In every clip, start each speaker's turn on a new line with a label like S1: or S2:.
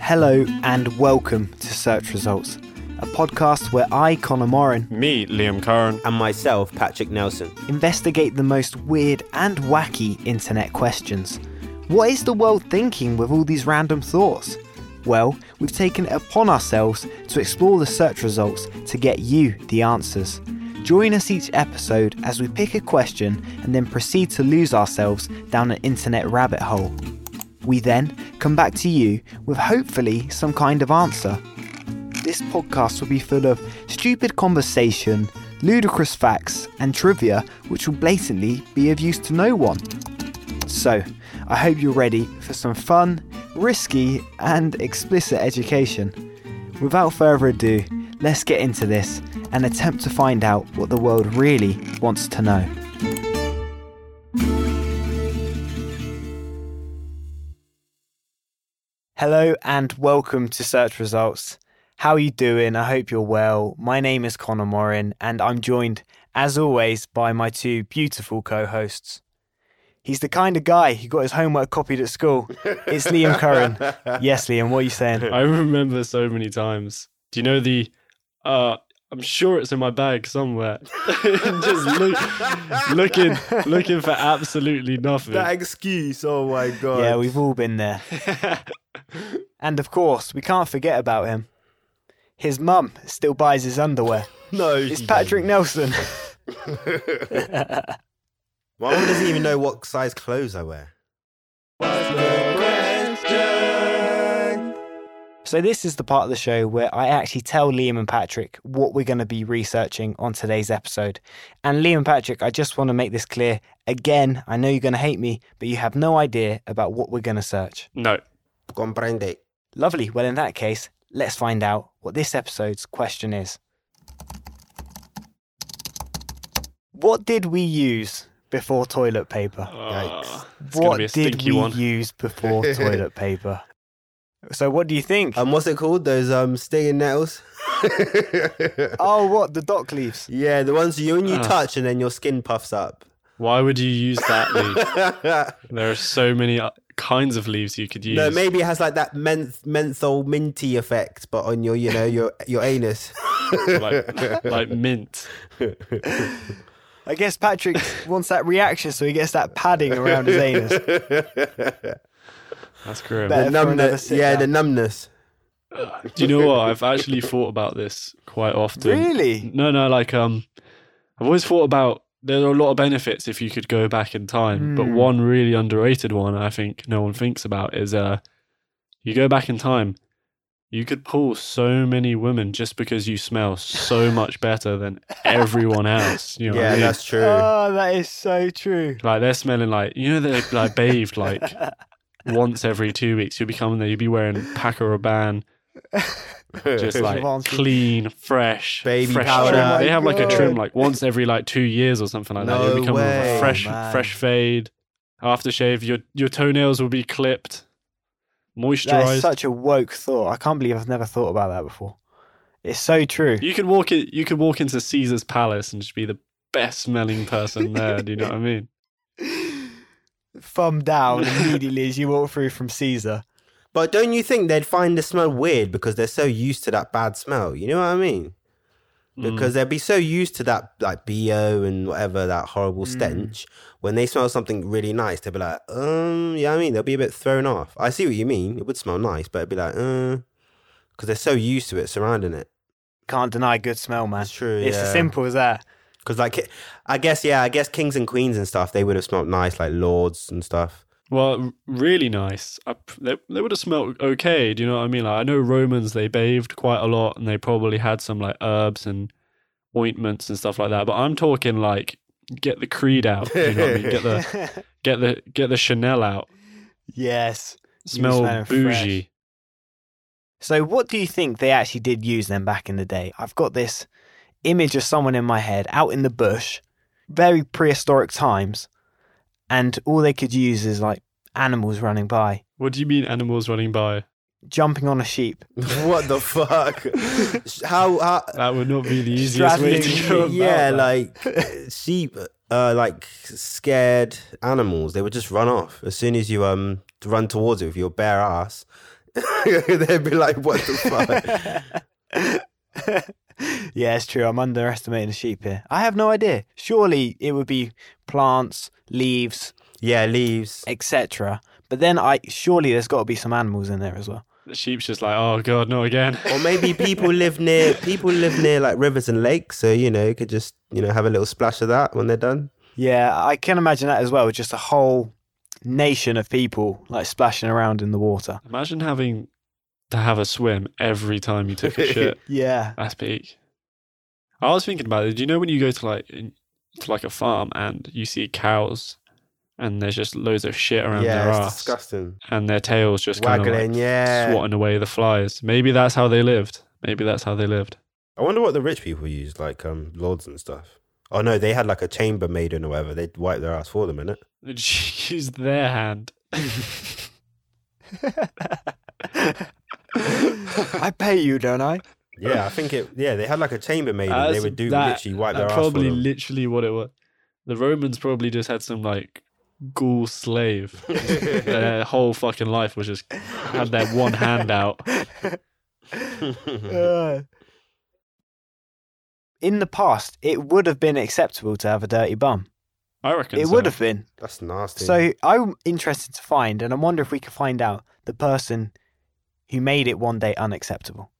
S1: Hello and welcome to Search Results, a podcast where I, Connor Moran,
S2: Me, Liam Curran.
S3: and myself, Patrick Nelson.
S1: investigate the most weird and wacky internet questions. What is the world thinking with all these random thoughts? Well, we've taken it upon ourselves to explore the search results to get you the answers. Join us each episode as we pick a question and then proceed to lose ourselves down an internet rabbit hole. We then come back to you with hopefully some kind of answer this podcast will be full of stupid conversation, ludicrous facts, and trivia which will blatantly be of use to no one. So, I hope you're ready for some fun, risky, and explicit education. Without further ado, let's get into this and attempt to find out what the world really wants to know. Hello and welcome to Search Results. How are you doing? I hope you're well. My name is Connor Morin and I'm joined, as always, by my two beautiful co hosts. He's the kind of guy who got his homework copied at school. It's Liam Curran. Yes, Liam, what are you saying?
S2: I remember so many times. Do you know the? uh I'm sure it's in my bag somewhere. Just look, looking, looking for absolutely nothing.
S4: That excuse, oh my god.
S1: Yeah, we've all been there. And of course, we can't forget about him. His mum still buys his underwear.
S4: no.
S1: It's Patrick Nelson.
S3: My mum doesn't even know what size clothes I wear.
S1: So, this is the part of the show where I actually tell Liam and Patrick what we're going to be researching on today's episode. And, Liam and Patrick, I just want to make this clear. Again, I know you're going to hate me, but you have no idea about what we're going to search.
S2: no,
S3: Comprende.
S1: Lovely. Well, in that case, let's find out what this episode's question is. What did we use before toilet paper?
S2: Ah, it's gonna
S1: what
S2: be a
S1: did
S2: stinky
S1: we
S2: one.
S1: use before toilet paper? So, what do you think?
S3: Um, what's it called? Those um stinging nettles?
S1: oh, what? The dock leaves.
S3: Yeah, the ones you and you
S2: Ah.
S3: touch and then your skin puffs up.
S2: Why would you use that leaf? there are so many uh, kinds of leaves you could use.
S3: No, maybe it has like that menth- menthol minty effect, but on your, you know, your your anus.
S2: like, like mint.
S1: I guess Patrick wants that reaction, so he gets that padding around his anus.
S2: That's grim.
S1: Better
S3: the
S1: for another
S3: numbness.
S1: sit
S3: Yeah,
S1: down.
S3: the numbness.
S2: Do you know what? I've actually thought about this quite often.
S1: Really?
S2: No, no, like um I've always thought about there are a lot of benefits if you could go back in time, but
S1: Hmm.
S2: one really underrated one I think no one thinks about is uh you go back in time, you could pull so many women just because you smell so much better than everyone else. You know what I
S3: Yeah,
S2: mean?
S3: that's true.
S1: Oh, that is so true.
S2: like they're smelling like you know they're like bathed like once every two weeks. You'll be coming there, you'll be wearing Paco Rabanne, just like
S1: Rabanne.
S2: clean, fresh,
S3: Baby
S2: fresh
S3: powder.
S2: trim.
S3: Oh
S2: they
S1: my
S2: have like a trim
S1: God.
S2: like once every like two years or something like that.
S3: No
S2: You'll become
S3: way.
S2: a fresh,
S1: Oh, man.
S2: fresh fade. Aftershave, your your toenails will be clipped,
S1: That is
S2: moisturized.
S1: such a woke thought. I can't believe I've never thought about that before. It's so true.
S2: you could walk it. You could walk into Caesar's palace and just be the best smelling person there. do you know what I mean?
S1: Thumb down immediately as you walk through from Caesar.
S3: But don't you think they'd find the smell weird because they're so used to that bad smell? You know what I mean?
S2: Mm.
S3: because they'd be so used to that like bo and whatever that horrible stench when they smell something really nice they'd be like um yeah i mean they'll be a bit thrown off i see what you mean it would smell nice but it'd be like uh because they're so used to it surrounding it
S1: Can't deny good smell, man.
S3: It's true,
S1: It's as
S3: yeah.
S1: simple as that.
S3: because like ki- i guess yeah i guess kings and queens and stuff they would have smelled nice like lords and stuff
S2: Well, r- really nice. I, p- they they would have smelled okay. Do you know what I mean? Like I know Romans, they bathed quite a lot, and they probably had some like herbs and ointments and stuff like that. But I'm talking like get the creed out. do You know what I mean? Get the get the get the Chanel out.
S1: yes. You
S2: Smell
S1: smelling
S2: bougie.
S1: So, what do you think they actually did use them back in the day? I've got this image of someone in my head out in the bush, very prehistoric times, and all they could use is like animals running by,
S2: What do you mean animals running by?
S1: jumping on a sheep.
S3: what the fuck how, how
S2: That would not be the easiest way to
S1: Straddling-
S2: go. about
S3: yeah
S2: that.
S3: like sheep uh like scared animals they would just run off as soon as you um run towards it with your bare ass They'd be like, what the fuck?
S1: yeah, it's true. I'm underestimating the sheep here. I have no idea. Surely it would be plants, leaves,
S3: yeah, leaves.
S1: etc. But then I surely there's got to be some animals in there as well.
S2: The sheep's just like, oh god, no again.
S3: Or maybe people live near people live near like rivers and lakes, so you know, you could just, you know, have a little splash of that when they're done.
S1: Yeah, I can imagine that as well. Just a whole nation of people like splashing around in the water.
S2: Imagine having to have a swim every time you took a shit.
S1: Yeah.
S2: That's peak. I was thinking about it. Do you know when you go to like in, to like a farm and you see cows and there's just loads of shit around
S3: yeah,
S2: their
S3: it's
S2: ass
S3: disgusting.
S2: and their tails just kind of
S3: Waggling,
S2: like
S3: yeah.
S2: swatting away the flies. Maybe that's how they lived. Maybe that's how they lived.
S3: I wonder what the rich people used, like um lords and stuff. Oh no, they had like a chambermaiden or whatever. They'd wipe their ass for them, innit?
S2: They just used their hand.
S1: I pay you, don't I?
S3: Yeah, I think it. Yeah, they had like a chambermaid. and They
S2: That's-
S3: would do
S2: that-
S3: literally wipe their
S2: that's
S3: ass for
S2: probably
S3: them.
S2: literally what it was. The Romans probably just had some like ghoul slave. their whole fucking life was just had their one hand out.
S3: Uh.
S1: in the past, it would have been acceptable to have a dirty bum.
S2: I reckon
S1: It
S2: so.
S1: would have been.
S3: That's nasty.
S1: So I'm interested to find, and I wonder if we can find out the person who made it one day unacceptable.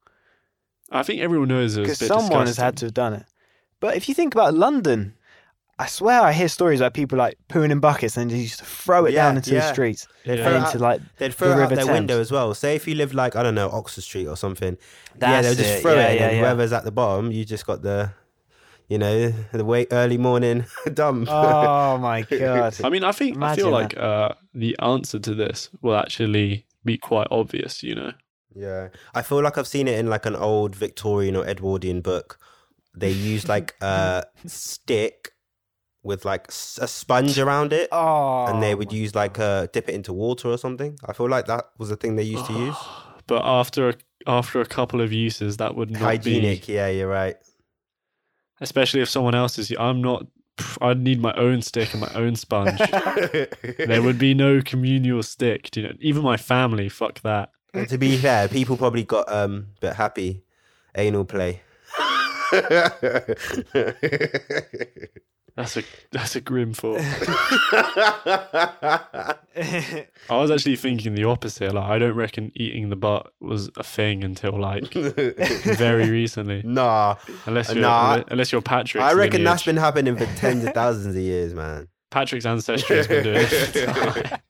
S2: I think everyone knows it was
S1: Because
S2: a bit
S1: someone has had to
S2: disgusting.
S1: have done it. But if you think about London, I swear I hear stories about people like pooing in buckets and they used to throw it
S3: Yeah,
S1: down into the
S3: yeah.
S1: streets
S3: They'd
S1: and
S3: throw it
S1: into
S3: out-
S1: like
S3: They'd throw
S1: the
S3: it out
S1: River
S3: their
S1: Thames.
S3: window as well. Say if you live like I don't know Oxford Street or something. yeah,
S1: That's
S3: they'll just
S1: it.
S3: throw
S1: Yeah,
S3: it,
S1: yeah,
S3: and
S1: yeah.
S3: whoever's at the bottom, you just got the, you know, the way early morning dump.
S1: Oh my god!
S2: I mean, I think I
S1: Imagine
S2: feel like uh, the answer to this will actually be quite obvious. You know,
S3: Yeah, I feel like I've seen it in like an old Victorian or Edwardian book. They use like a stick with like s- a sponge around it,
S1: Oh,
S3: and they would use like uh, dip it into water or something. I feel like that was the thing they used to use.
S2: but after a, after a couple of uses, that would not
S3: Hygienic,
S2: be.
S3: yeah, you're right.
S2: Especially if someone else is. I'm not. pff, I'd need my own stick and my own sponge. there would be no communal stick. do You know, even my family. Fuck that.
S3: And to be fair, people probably got um a bit happy anal play.
S2: That's a that's a grim thought. I was actually thinking the opposite. Like, I don't reckon eating the butt was a thing until like very recently.
S3: nah,
S2: Unless you're
S3: Uh, Nah,
S2: unle- unless you're Patrick's.
S3: I reckon
S2: lineage.
S3: that's been happening for tens of thousands of years, man.
S2: Patrick's ancestry has been doing it.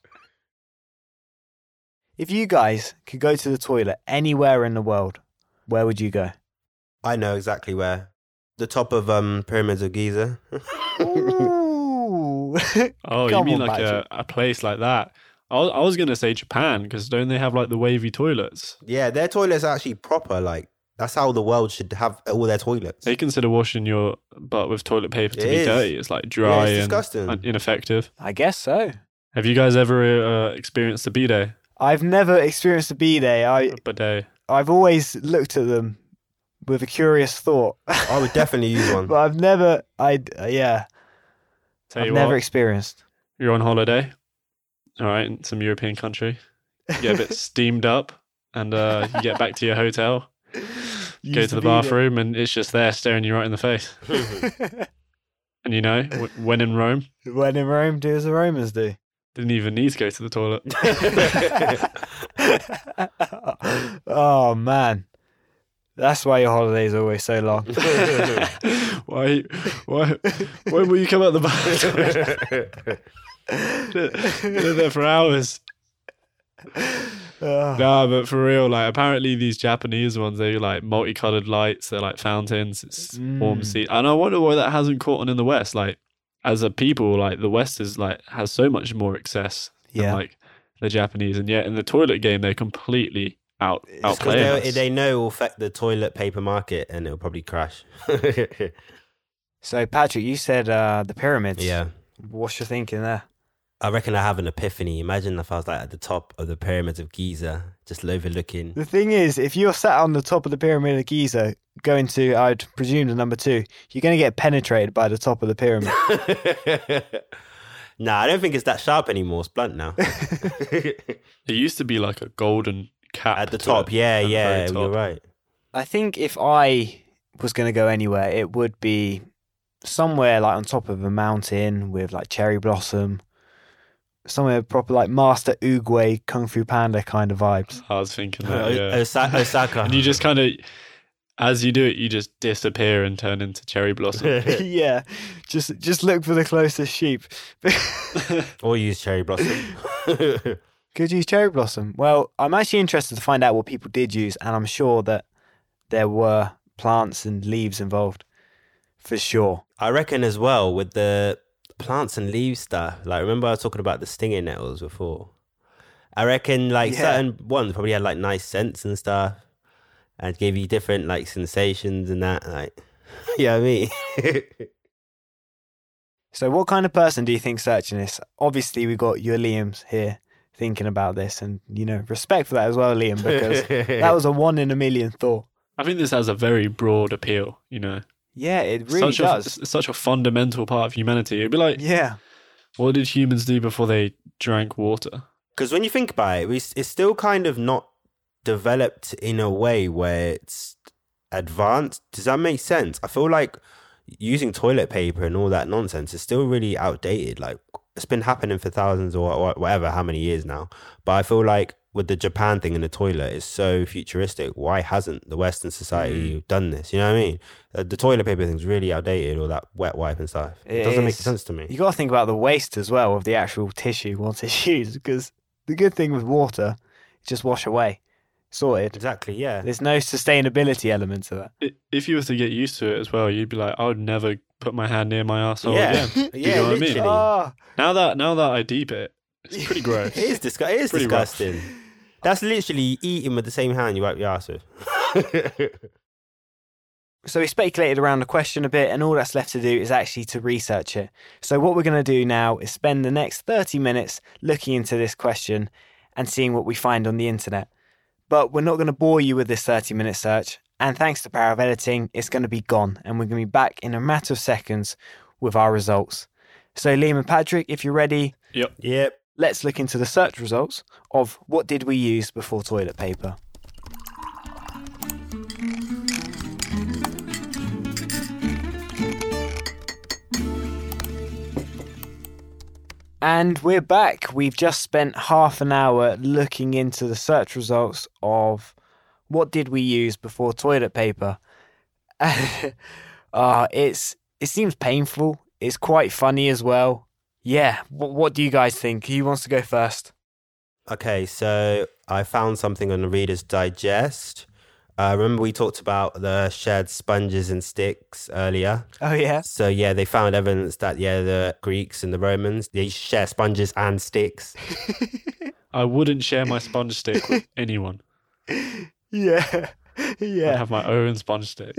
S1: If you guys could go to the toilet anywhere in the world, where would you go?
S3: I know exactly where. The top of um pyramids of Giza.
S1: Ooh.
S2: oh, you
S1: Come
S2: mean
S1: on,
S2: like
S1: Patrick.
S2: a, a place like that? I was, I was gonna say Japan because don't they have like the wavy toilets?
S3: yeah, their toilets are actually proper. Like that's how the world should have all their toilets.
S2: They consider washing your butt with toilet paper to
S3: It
S2: be
S3: is.
S2: dirty. It's like
S3: yeah,
S2: dry
S3: it's
S2: and,
S3: disgusting.
S2: and ineffective.
S1: I guess so.
S2: Have you guys ever uh, experienced a bidet?
S1: I've never experienced a B day. I
S2: A bidet.
S1: I've always looked at them with a curious thought,
S3: I would definitely use one.
S1: but I've never. I yeah.
S2: Tell
S1: I've
S2: you
S1: never
S2: what,
S1: experienced.
S2: you're on holiday. All right, in some European country. You get a bit steamed up, and uh, you get back to your hotel. go to the bathroom and it's just there staring you right in the face. and you
S3: Eh.
S2: know, w- when in Rome,
S1: When in Rome, do as the Romans do.
S2: didn't even need to go to the toilet.
S1: oh man, that's why your holidays are always so long.
S2: why, why, when will you come out the bathroom? They're there for hours.
S1: Oh.
S2: Nah, but for real, like apparently these Japanese ones, they like multicolored lights, they're like fountains, it's warm
S1: Mm.
S2: sea. And I wonder why that hasn't caught on in the West. Like, as a people, like the West is like has so much more excess than
S1: Yeah.
S2: like the Japanese, and yet in the toilet game they're completely out
S3: It's 'cause
S2: outplaying
S3: they,
S2: us.
S3: they know it will affect the toilet paper market and it'll probably crash.
S1: So Patrick, you said uh, the pyramids.
S3: yeah.
S1: What's your thinking there?
S3: I reckon I have an epiphany. Imagine if I was like at the top of the pyramids of Giza, just overlooking.
S1: The thing is, if you're sat on the top of the pyramid of Giza, going to, I'd presume, the number two, you're going to get penetrated by the top of the pyramid.
S3: nah, I don't think it's that sharp anymore. It's blunt now.
S2: It used to be like a golden cap
S3: at the
S2: to
S3: top.
S2: it,
S3: Yeah,
S2: at the very
S3: yeah,
S2: top.
S3: you're right.
S1: I think if I was going to go anywhere, it would be somewhere like on top of a mountain with like cherry blossom, somewhere proper like Master Oogway Kung Fu Panda kind of vibes.
S2: I was thinking
S3: Uh,
S2: that. Yeah.
S3: Osa- Osaka.
S2: And you just kind of, as you do it, you just disappear and turn into cherry blossom.
S1: yeah, just just look for the closest sheep.
S3: or use cherry blossom.
S1: Could use cherry blossom. Well, I'm actually interested to find out what people did use, and I'm sure that there were plants and leaves involved for sure.
S3: I reckon as well with the plants and leaves stuff. Like remember I was talking about the stinging nettles before. I reckon like
S1: Yeah.
S3: certain ones probably had like nice scents and stuff, and gave you different like sensations and that. Like, yeah, you know what I mean.
S1: So, what kind of person do you think searching this? Obviously, we got your Liam's here thinking about this, and you know, respect for that as well, Liam, because that was a one in a million thought.
S2: I think this has a very broad appeal, you know.
S1: Yeah, it really
S2: such
S1: does.
S2: A, it's such a fundamental part of humanity. It'd be like,
S1: Yeah,
S2: what did humans do before they drank water?
S3: Because when you think about it, we- it's still kind of not developed in a way where it's advanced. Does that make sense? I feel like using toilet paper and all that nonsense is still really outdated. Like it's been happening for thousands or wha- whatever, how many years now. But I feel like with the Japan thing in the toilet is so futuristic. Why hasn't the Western society done this? You know what I mean? Uh, The toilet paper thing's really outdated, all that wet wipe and stuff. It,
S1: It
S3: doesn't make
S1: is.
S3: sense to me.
S1: you got to think about the waste as well of the actual tissue once it's used, because the good thing with water, just wash away, sorted.
S3: exactly, yeah.
S1: There's no sustainability element to that.
S2: I- If you were to get used to it as well, you'd be like, I would never put my hand near my asshole
S3: yeah,
S2: again.
S3: yeah,
S2: know what I mean?
S3: literally.
S1: Ah,
S2: Now that now that I deep it, it's pretty gross.
S3: It is, disgu- it is
S2: Pretty rough.
S3: disgusting. That's literally eating with the same hand you wipe your ass with.
S1: So we speculated around the question a bit, and all that's left to do is actually to research it. So what we're going to do now is spend the next 30 minutes looking into this question and seeing what we find on the internet. But we're not going to bore you with this 30 minute search, and thanks to Power of Editing, it's going to be gone, and we're going to be back in a matter of seconds with our results. So Liam and Patrick, if you're ready,
S3: yep.
S1: let's look into the search results of what did we use before toilet paper. And we're back. We've just spent half an hour looking into the search results of what did we use before toilet paper. uh, it's it seems painful. It's quite funny as well. Yeah. What, what do you guys think? Who wants to go first?
S3: Okay, so I found something on the Reader's Digest. Uh, remember, we talked about the shared sponges and sticks earlier.
S1: Oh yeah.
S3: So, yeah, they found evidence that, yeah, the Greeks and the Romans, they share sponges and sticks.
S2: I wouldn't share my sponge stick with anyone.
S1: Yeah.
S2: I'd
S1: Yeah.
S2: have my own sponge stick.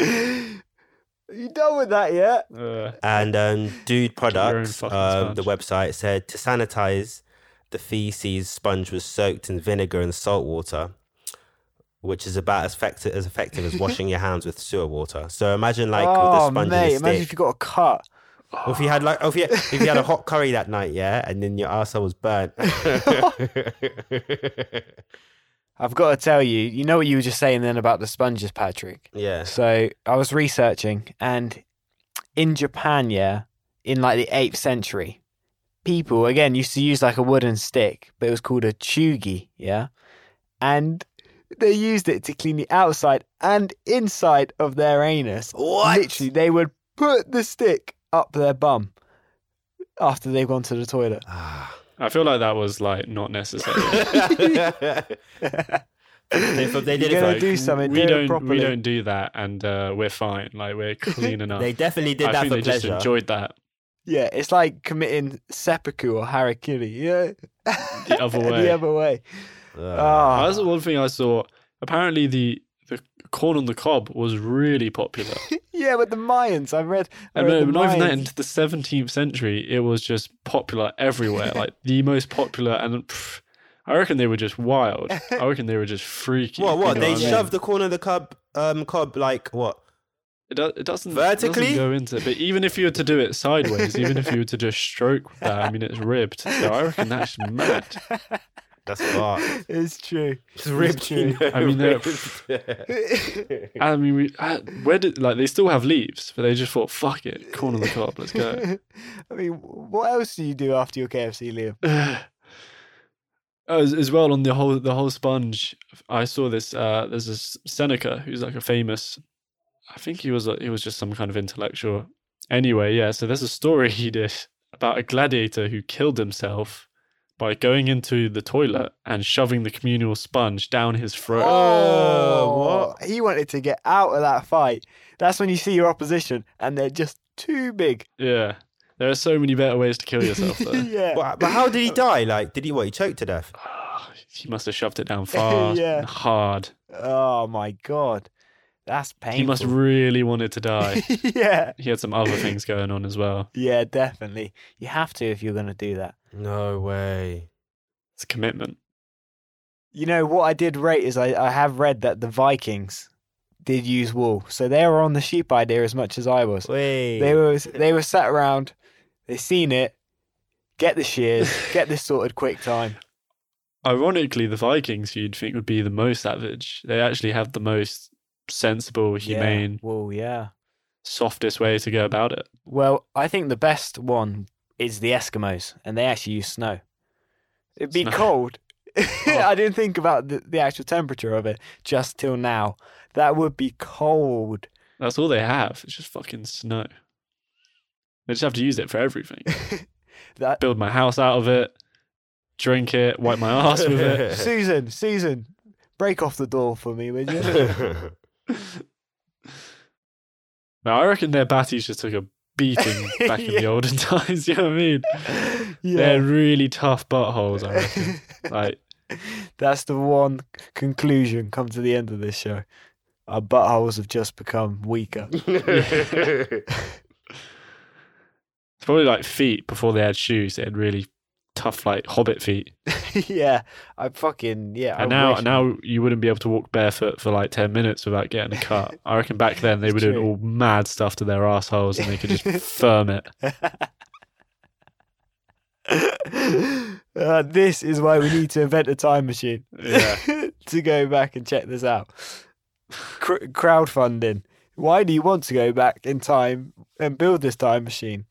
S1: you done with that yet?
S2: Uh,
S3: And um, Dude
S2: own
S3: Products,
S2: fucking
S3: um, the
S2: sponge.
S3: website said to sanitize, the feces sponge was soaked in vinegar and salt water, which is about as effective as, effective as washing your hands with sewer water. So imagine like with the
S1: oh
S3: sponge
S1: mate,
S3: and the
S1: imagine
S3: stick.
S1: if you got a cut.
S3: Or if you had like, or if you, if you had a hot curry that night, yeah, and then your arsehole was burnt.
S1: I've got to tell you, you know what you were just saying then about the sponges, Patrick.
S3: yeah.
S1: So I was researching, and in Japan, yeah, in like the eighth century, people again used to use like a wooden stick, but it was called a chugi, yeah, and they used it to clean the outside and inside of their anus.
S3: What?
S1: Literally, they would put the stick up their bum after they've gone to the toilet.
S3: Ah.
S2: I feel like that was like not necessary.
S3: they, they did
S1: You're
S3: it
S1: gonna
S3: for-
S1: do something.
S2: we
S1: do
S2: don't
S1: it properly.
S2: we don't do that, and uh, we're fine. Like we're clean enough.
S3: They definitely did
S2: I
S3: that
S2: think
S3: for
S2: they
S3: pleasure.
S2: just enjoyed that
S1: Yeah, it's like committing seppuku or harakiri. Yeah,
S2: the other way.
S1: the other way.
S3: Ah.
S1: Ah.
S2: That's the one thing I saw. Apparently, the the corn on the cob was really popular.
S1: Yeah, with the Mayans, I read. I
S2: and
S1: read
S2: then
S1: the
S2: not even that,
S1: Mayans.
S2: into the 17th century, it was just popular everywhere. like the most popular, and pff, I reckon they were just wild. I reckon they were just freaky.
S3: What?
S2: you
S3: What?
S2: know
S3: They
S2: I mean?
S3: shoved the corner of the cub, um, cob like what?
S2: It, do, it doesn't
S3: Vertically?
S2: doesn't go into it. But even if you were to do it sideways, even if you were to just stroke that, I mean, it's ribbed. So I reckon that's mad.
S3: That's fucked.
S1: It's true.
S3: It's ripped.
S1: true.
S3: You know,
S2: I mean, they're-
S3: ripped.
S2: I mean, we, I, where did like they still have leaves, but they just thought, fuck it, corner the top, let's go.
S3: uh,
S1: I mean, what else do you do after your KFC, Liam?
S2: Oh, as, as well on the whole the whole sponge i saw this uh there's this seneca who's like a famous i think he was a, he was just some kind of intellectual anyway yeah so there's a story he did about a gladiator who killed himself by going into the toilet and shoving the communal sponge down his throat
S1: Oh, what? He wanted to get out of that fight. That's when you see your opposition, and they're just too big.
S2: yeah there are so many better ways to kill yourself though
S1: yeah.
S3: but, but how did he die? Like, did he what? He choked to death.
S2: he must have shoved it down fast
S1: Yeah.
S2: and hard
S1: Oh my god, that's painful.
S2: he must really wanted to die
S1: yeah.
S2: he had some other things going on as well
S1: Yeah, definitely. You have to if you're going to do that.
S3: No way.
S2: it's a commitment
S1: You know what I did rate is I, I have read that the Vikings did use wool, so they were on the sheep idea as much as I was.
S3: Wait.
S1: They were they were sat around, they seen it, get the shears, get this sorted quick time.
S2: ironically, the Vikings, who you'd think would be the most savage, they actually have the most sensible, humane,
S1: Yeah, wool, yeah.
S2: softest way to go about it.
S1: Well, I think the best one is the Eskimos, and they actually use snow. It'd be
S2: Snow. Oh.
S1: cold. I didn't think about the, the actual temperature of it just till now. That would be cold.
S2: That's all they have. It's just fucking snow. They just have to use it for everything.
S1: That
S2: Build my house out of it, drink it, wipe my ass with it.
S1: Susan, Susan, break off the door for me, would you?
S2: Now, I reckon their batties just took a beating back in the
S1: Yeah.
S2: olden times. You know what I mean? They're
S1: yeah.
S2: really tough buttholes, I reckon. Like,
S1: That's the one conclusion come to the end of this show. Our buttholes have just become weaker.
S2: It's probably like feet before they had shoes. They had really tough, like hobbit feet.
S1: yeah. I fucking yeah.
S2: And
S1: I
S2: now,
S1: wish-
S2: now you wouldn't be able to walk barefoot for like ten minutes without getting a cut. I reckon back then they
S1: It's
S2: were doing
S1: true.
S2: all mad stuff to their assholes, and they could just firm it.
S1: uh, this is why we need to invent a time machine
S2: Yeah.
S1: to go back and check this out. Cr- crowdfunding. Why do you want to go back in time and build this time machine?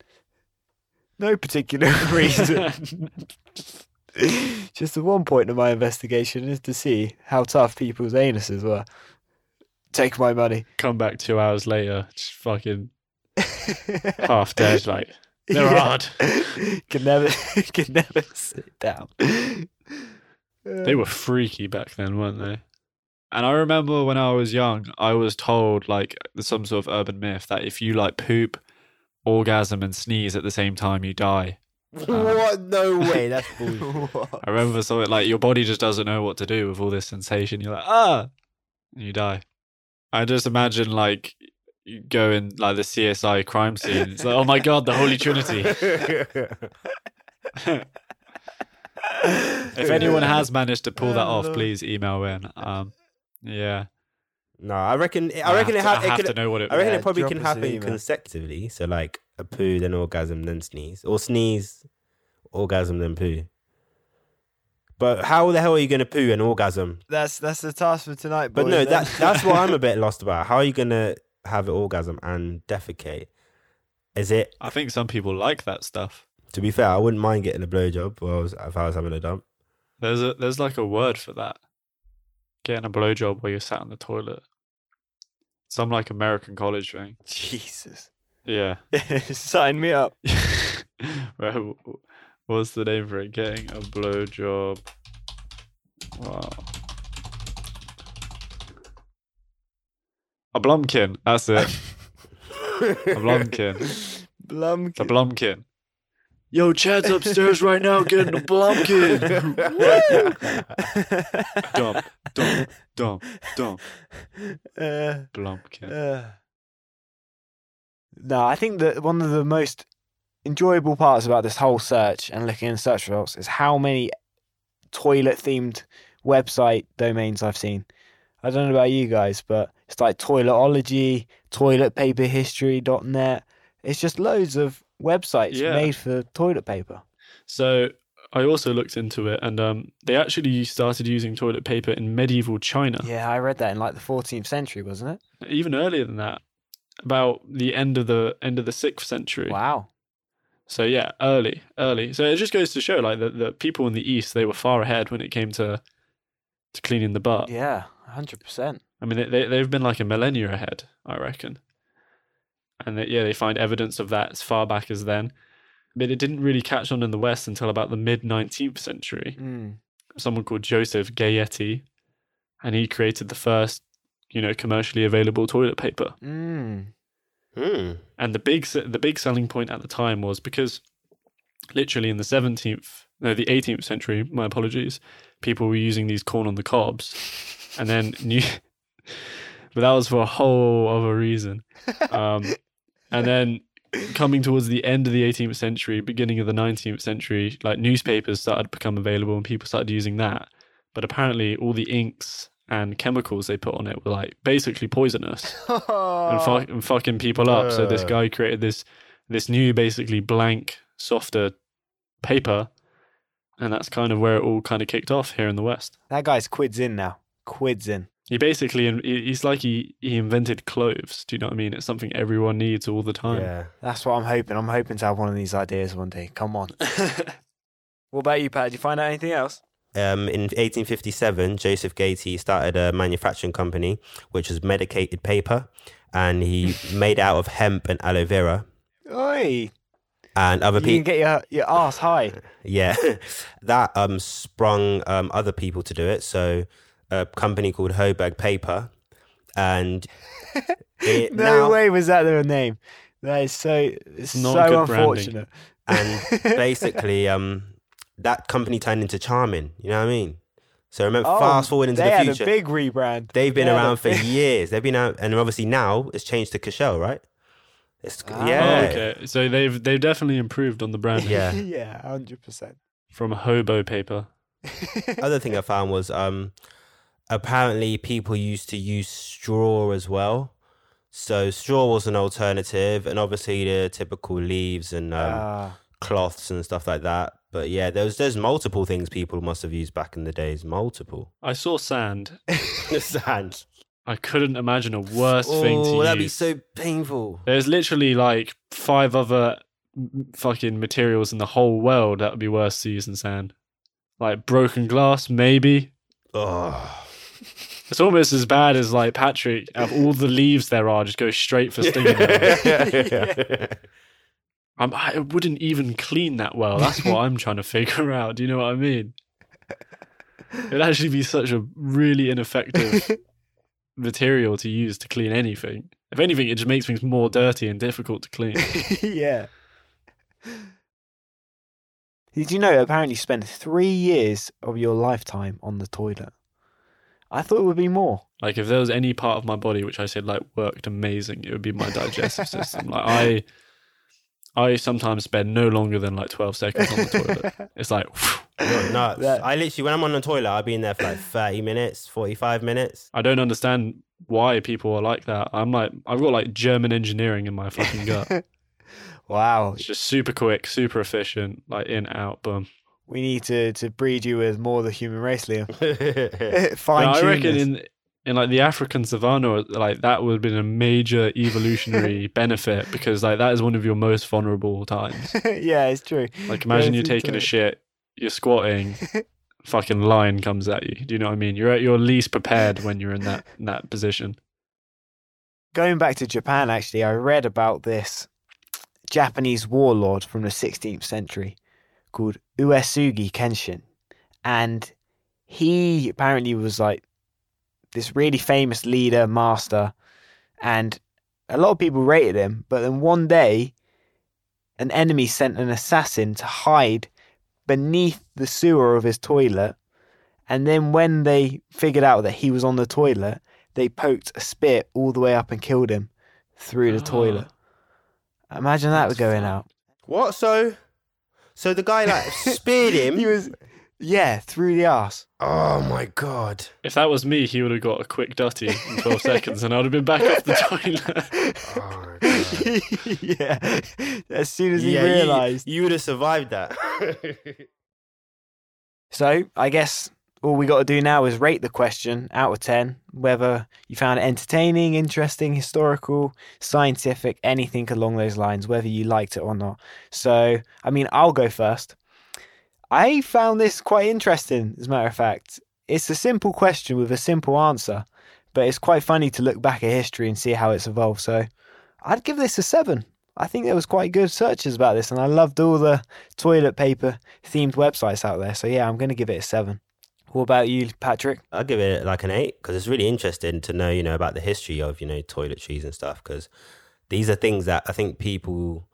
S1: No particular reason. Just the one point of my investigation is to see how tough people's anuses were. Take my money.
S2: Come back two hours later, just fucking half dead. Like they're
S1: Yeah.
S2: hard.
S1: can never, can never sit down.
S2: They were freaky back then, weren't they? And I remember when I was young, I was told like some sort of urban myth that if you like poop, orgasm, and sneeze at the same time, you die.
S3: what? No way. That's bullshit.
S1: What?
S2: I remember something like your body just doesn't know what to do with all this sensation. You're like ah, and you die. I just imagine like you go in like the CSI crime scene. It's like oh my god, the Holy Trinity. if anyone has managed to pull that off, please email in. Um, yeah,
S3: no, I reckon. I,
S2: have
S3: reckon it,
S2: to-
S3: ha-
S2: I have
S3: it
S2: to
S3: can.
S2: know what it.
S3: I reckon
S1: Yeah,
S3: it probably
S1: drop
S3: can
S1: us an
S3: happen
S1: email.
S3: consecutively. So like a poo, then orgasm, then sneeze, or sneeze, orgasm, then poo. But how the hell are you going to poo an orgasm?
S1: That's that's the task for tonight.
S3: But
S1: boys,
S3: no,
S1: then.
S3: that that's what I'm a bit lost about. How are you going to have an orgasm and defecate? Is it
S2: I think some people like that stuff.
S3: To be fair, I wouldn't mind getting a blowjob while I was, if I was having a dump.
S2: There's a there's like a word for that. Getting a blowjob while you're sat on the toilet. Some like American college thing.
S1: Jesus.
S2: Yeah.
S1: Sign me up.
S2: well, what's the name for it? Getting a blowjob. Wow. A blumkin. That's it. a blumkin. It's a
S1: Blumkin.
S2: blumkin. Yo, Chad's upstairs right now getting a blumkin. dump, dump, dump, dump,
S1: uh,
S2: blumkin.
S1: uh. No, I think that one of the most enjoyable parts about this whole search and looking in search results is how many toilet themed website domains I've seen. I don't know about you guys, but it's like toiletology, toiletpaperhistory.net. It's just loads of websites
S2: Yeah.
S1: made for toilet paper.
S2: So I also looked into it, and um, they actually started using toilet paper in medieval China,
S1: Yeah, I read that in like the 14th century, wasn't
S2: even earlier than that, about the end of the end of the sixth century.
S1: it? Wow.
S2: So yeah, early, early. So it just goes to show, like that the people in the East they were far ahead when it came to to cleaning the butt.
S1: Yeah, 100%.
S2: I mean, they, they they've been like a millennia ahead, I reckon. And they, yeah, they find evidence of that as far back as then, but it didn't really catch on in the West until about the mid nineteenth century.
S1: Mm.
S2: Someone called Joseph Gayetti, and he created the first, you know, commercially available toilet paper.
S1: Mm.
S3: Hmm.
S2: And the big se- the big selling point at the time was because literally in the 17th no the 18th century my apologies people were using these corn on the cobs and then new but that was for a whole other reason um, and then coming towards the end of the 18th century beginning of the 19th century like newspapers started to become available and people started using that but apparently all the inks and chemicals they put on it were like basically poisonous and, fuck, and fucking people up. So this
S3: Uh.
S2: guy created this this new, basically blank, softer paper, and that's kind of where it all kind of kicked off here in the West.
S1: That guy's quids in now. Quids in.
S2: He basically, in- he- he's like he he invented cloves. Do you know what I mean? It's something everyone needs all the time.
S3: Yeah.
S1: That's what I'm hoping. I'm hoping to have one of these ideas one day. Come on. what about you, Pat? Did you find out anything else?
S3: Um, in 1857, Joseph Gaty started a manufacturing company which was medicated paper, and he made it out of hemp and aloe vera.
S1: Oi.
S3: And other
S1: You can
S3: people,
S1: get your, your ass high.
S3: yeah, that um sprung um other people to do it. So, a company called Hoberg Paper, and it
S1: No
S3: now-
S1: way was that their name. That is so it's
S2: not
S1: so
S2: good branding.
S1: unfortunate.
S3: and basically um that company turned into charming you know what i mean so remember
S1: Oh,
S3: fast forward into
S1: they
S3: the
S1: had
S3: future
S1: a big rebrand.
S3: they've been
S1: they had a
S3: around for
S1: big-
S3: years they've been out and obviously now it's changed to Cashel, right it's
S1: Ah.
S3: yeah
S2: Oh, okay. So they've they've definitely improved on the branding
S3: yeah
S1: yeah, hundred percent.
S2: from hobo paper.
S3: other thing i found was um apparently people used to use straw as well so straw was an alternative and obviously the typical leaves and um,
S1: Ah,
S3: cloths and stuff like that but yeah there's there's multiple things people must have used back in the days multiple
S2: I saw sand.
S3: sand
S2: I couldn't imagine a worse thing to
S3: Oh, that'd be
S2: use.
S3: so painful.
S2: There's literally like five other m- fucking materials in the whole world that would be worse to use than sand. Like broken glass, maybe.
S3: Oh,
S2: It's almost as bad as like Patrick. Of all the leaves there are, just go straight for stinging. nettle. I'm, I wouldn't even clean that well. That's what I'm trying to figure out. Do you know what I mean? It'd actually be such a really ineffective material to use to clean anything. If anything, it just makes things more dirty and difficult to clean.
S1: yeah. Did you know? Apparently, you spend three years of your lifetime on the toilet. I thought it would be more.
S2: Like if there was any part of my body which I said like worked amazing, it would be my digestive system. Like I I sometimes spend no longer than like twelve seconds on the toilet. It's like
S3: You're nuts.
S1: That-
S3: I literally, when I'm on the toilet, I'll be in there for like 30 minutes, 45 minutes.
S2: I don't understand why people are like that. I'm like I've got like German engineering in my fucking gut.
S1: wow,
S2: It's just super quick, super efficient, like in, out, boom.
S1: we need to to breed you with more of the human race, Liam.
S3: yeah,
S2: But
S1: Fine
S2: I
S1: tune
S2: reckon
S1: this.
S2: in in like the African savanna, like that would have been a major evolutionary benefit because like that is one of your most vulnerable times.
S1: yeah, it's true.
S2: Like imagine
S1: Yeah,
S2: you're
S1: it's
S2: taking a
S1: insane.
S2: shit, you're squatting, fucking lion comes at you. Do you know what I mean? You're at your least prepared when you're in that in that position.
S1: Going back to Japan, actually, I read about this Japanese warlord from the 16th century called Uesugi Kenshin. And he apparently was like this really famous leader, master, and a lot of people rated him. But then one day, an enemy sent an assassin to hide beneath the sewer of his toilet. And then when they figured out that he was on the toilet, they poked a spear all the way up and killed him through the
S2: Ah.
S1: toilet. Imagine that
S2: That's
S1: going
S2: fucked.
S1: out.
S3: What? So, so the guy like speared him.
S1: He was, yeah, through the ass.
S3: Oh my God.
S2: If that was me, he would have got a quick dutty in 12 seconds and I'd have been back off the toilet.
S3: Oh my God.
S1: yeah, as soon as he
S3: Yeah, you-
S1: realised.
S3: you, would have survived that.
S1: So I guess all we got to do now is rate the question out of 10, whether you found it entertaining, interesting, historical, scientific, anything along those lines, whether you liked it or not. So, I mean, I'll go first. I found this quite interesting, as a matter of fact. It's a simple question with a simple answer, but it's quite funny to look back at history and see how it's evolved. So, I'd give this a seven. I think there was quite good searches about this, and I loved all the toilet paper themed websites out there. So yeah, I'm going to give it a seven. What about you, Patrick?
S3: I'll give it like an eight because it's really interesting to know, you know, about the history of, you know, toiletries and stuff because these are things that I think people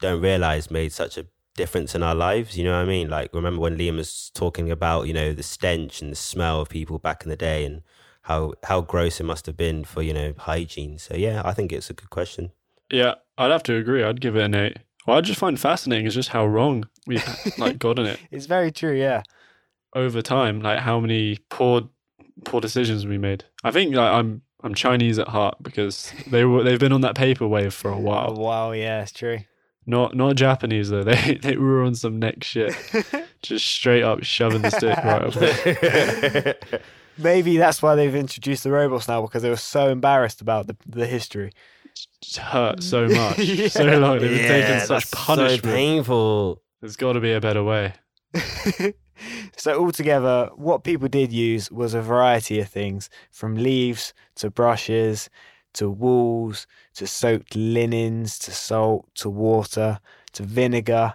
S3: don't realize made such a difference in our lives. You know what I mean? Like, remember when Liam was talking about, you know, the stench and the smell of people back in the day and how, how gross it must have been for, you know, hygiene. So, yeah, I think it's a good question.
S2: Yeah, I'd have to agree. I'd give it an eight. What I just find fascinating is just how wrong we've like gotten it
S1: It's very true, yeah.
S2: over time. Like how many poor, poor decisions we made. I think like, I'm I'm Chinese at heart because they were they've been on that paper wave for a
S1: Oh,
S2: while.
S1: wow, yeah, it's true.
S2: Not not Japanese though. They they were on some neck shit, just straight up shoving the stick right up. there.
S1: Maybe that's why they've introduced the robots now because they were so embarrassed about the, the history.
S2: Just hurt so much,
S1: Yeah.
S2: so long. They've been
S3: Yeah,
S2: taking
S3: that's
S2: such
S3: so
S2: punishment.
S3: painful.
S2: There's got to be a better way.
S1: So altogether, what people did use was a variety of things, from leaves to brushes to wools to soaked linens to salt to water to vinegar,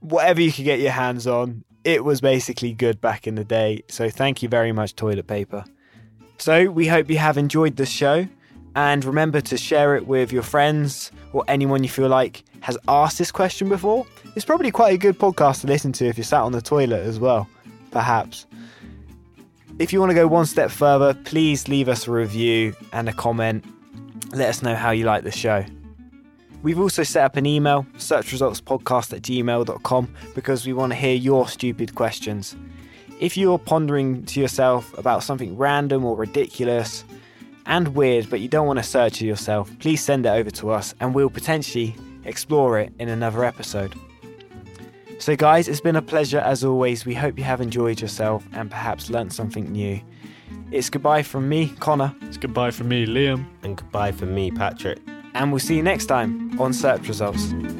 S1: whatever you could get your hands on. It was basically good back in the day. So thank you very much, toilet paper. So we hope you have enjoyed this show. And remember to share it with your friends or anyone you feel like has asked this question before. It's probably quite a good podcast to listen to if you're sat on the toilet as well, perhaps. If you want to go one step further, please leave us a review and a comment. Let us know how you like the show. We've also set up an email, searchresultspodcast at gmail.com, because we want to hear your stupid questions. If you're pondering to yourself about something random or ridiculous, and weird, but you don't want to search it yourself, please send it over to us and we'll potentially explore it in another episode. So, guys, it's been a pleasure as always. We hope you have enjoyed yourself and perhaps learnt something new. It's goodbye from me, Connor,
S2: It's goodbye from me, Liam.
S3: And goodbye from me, Patrick.
S1: and we'll see you next time on Search Results.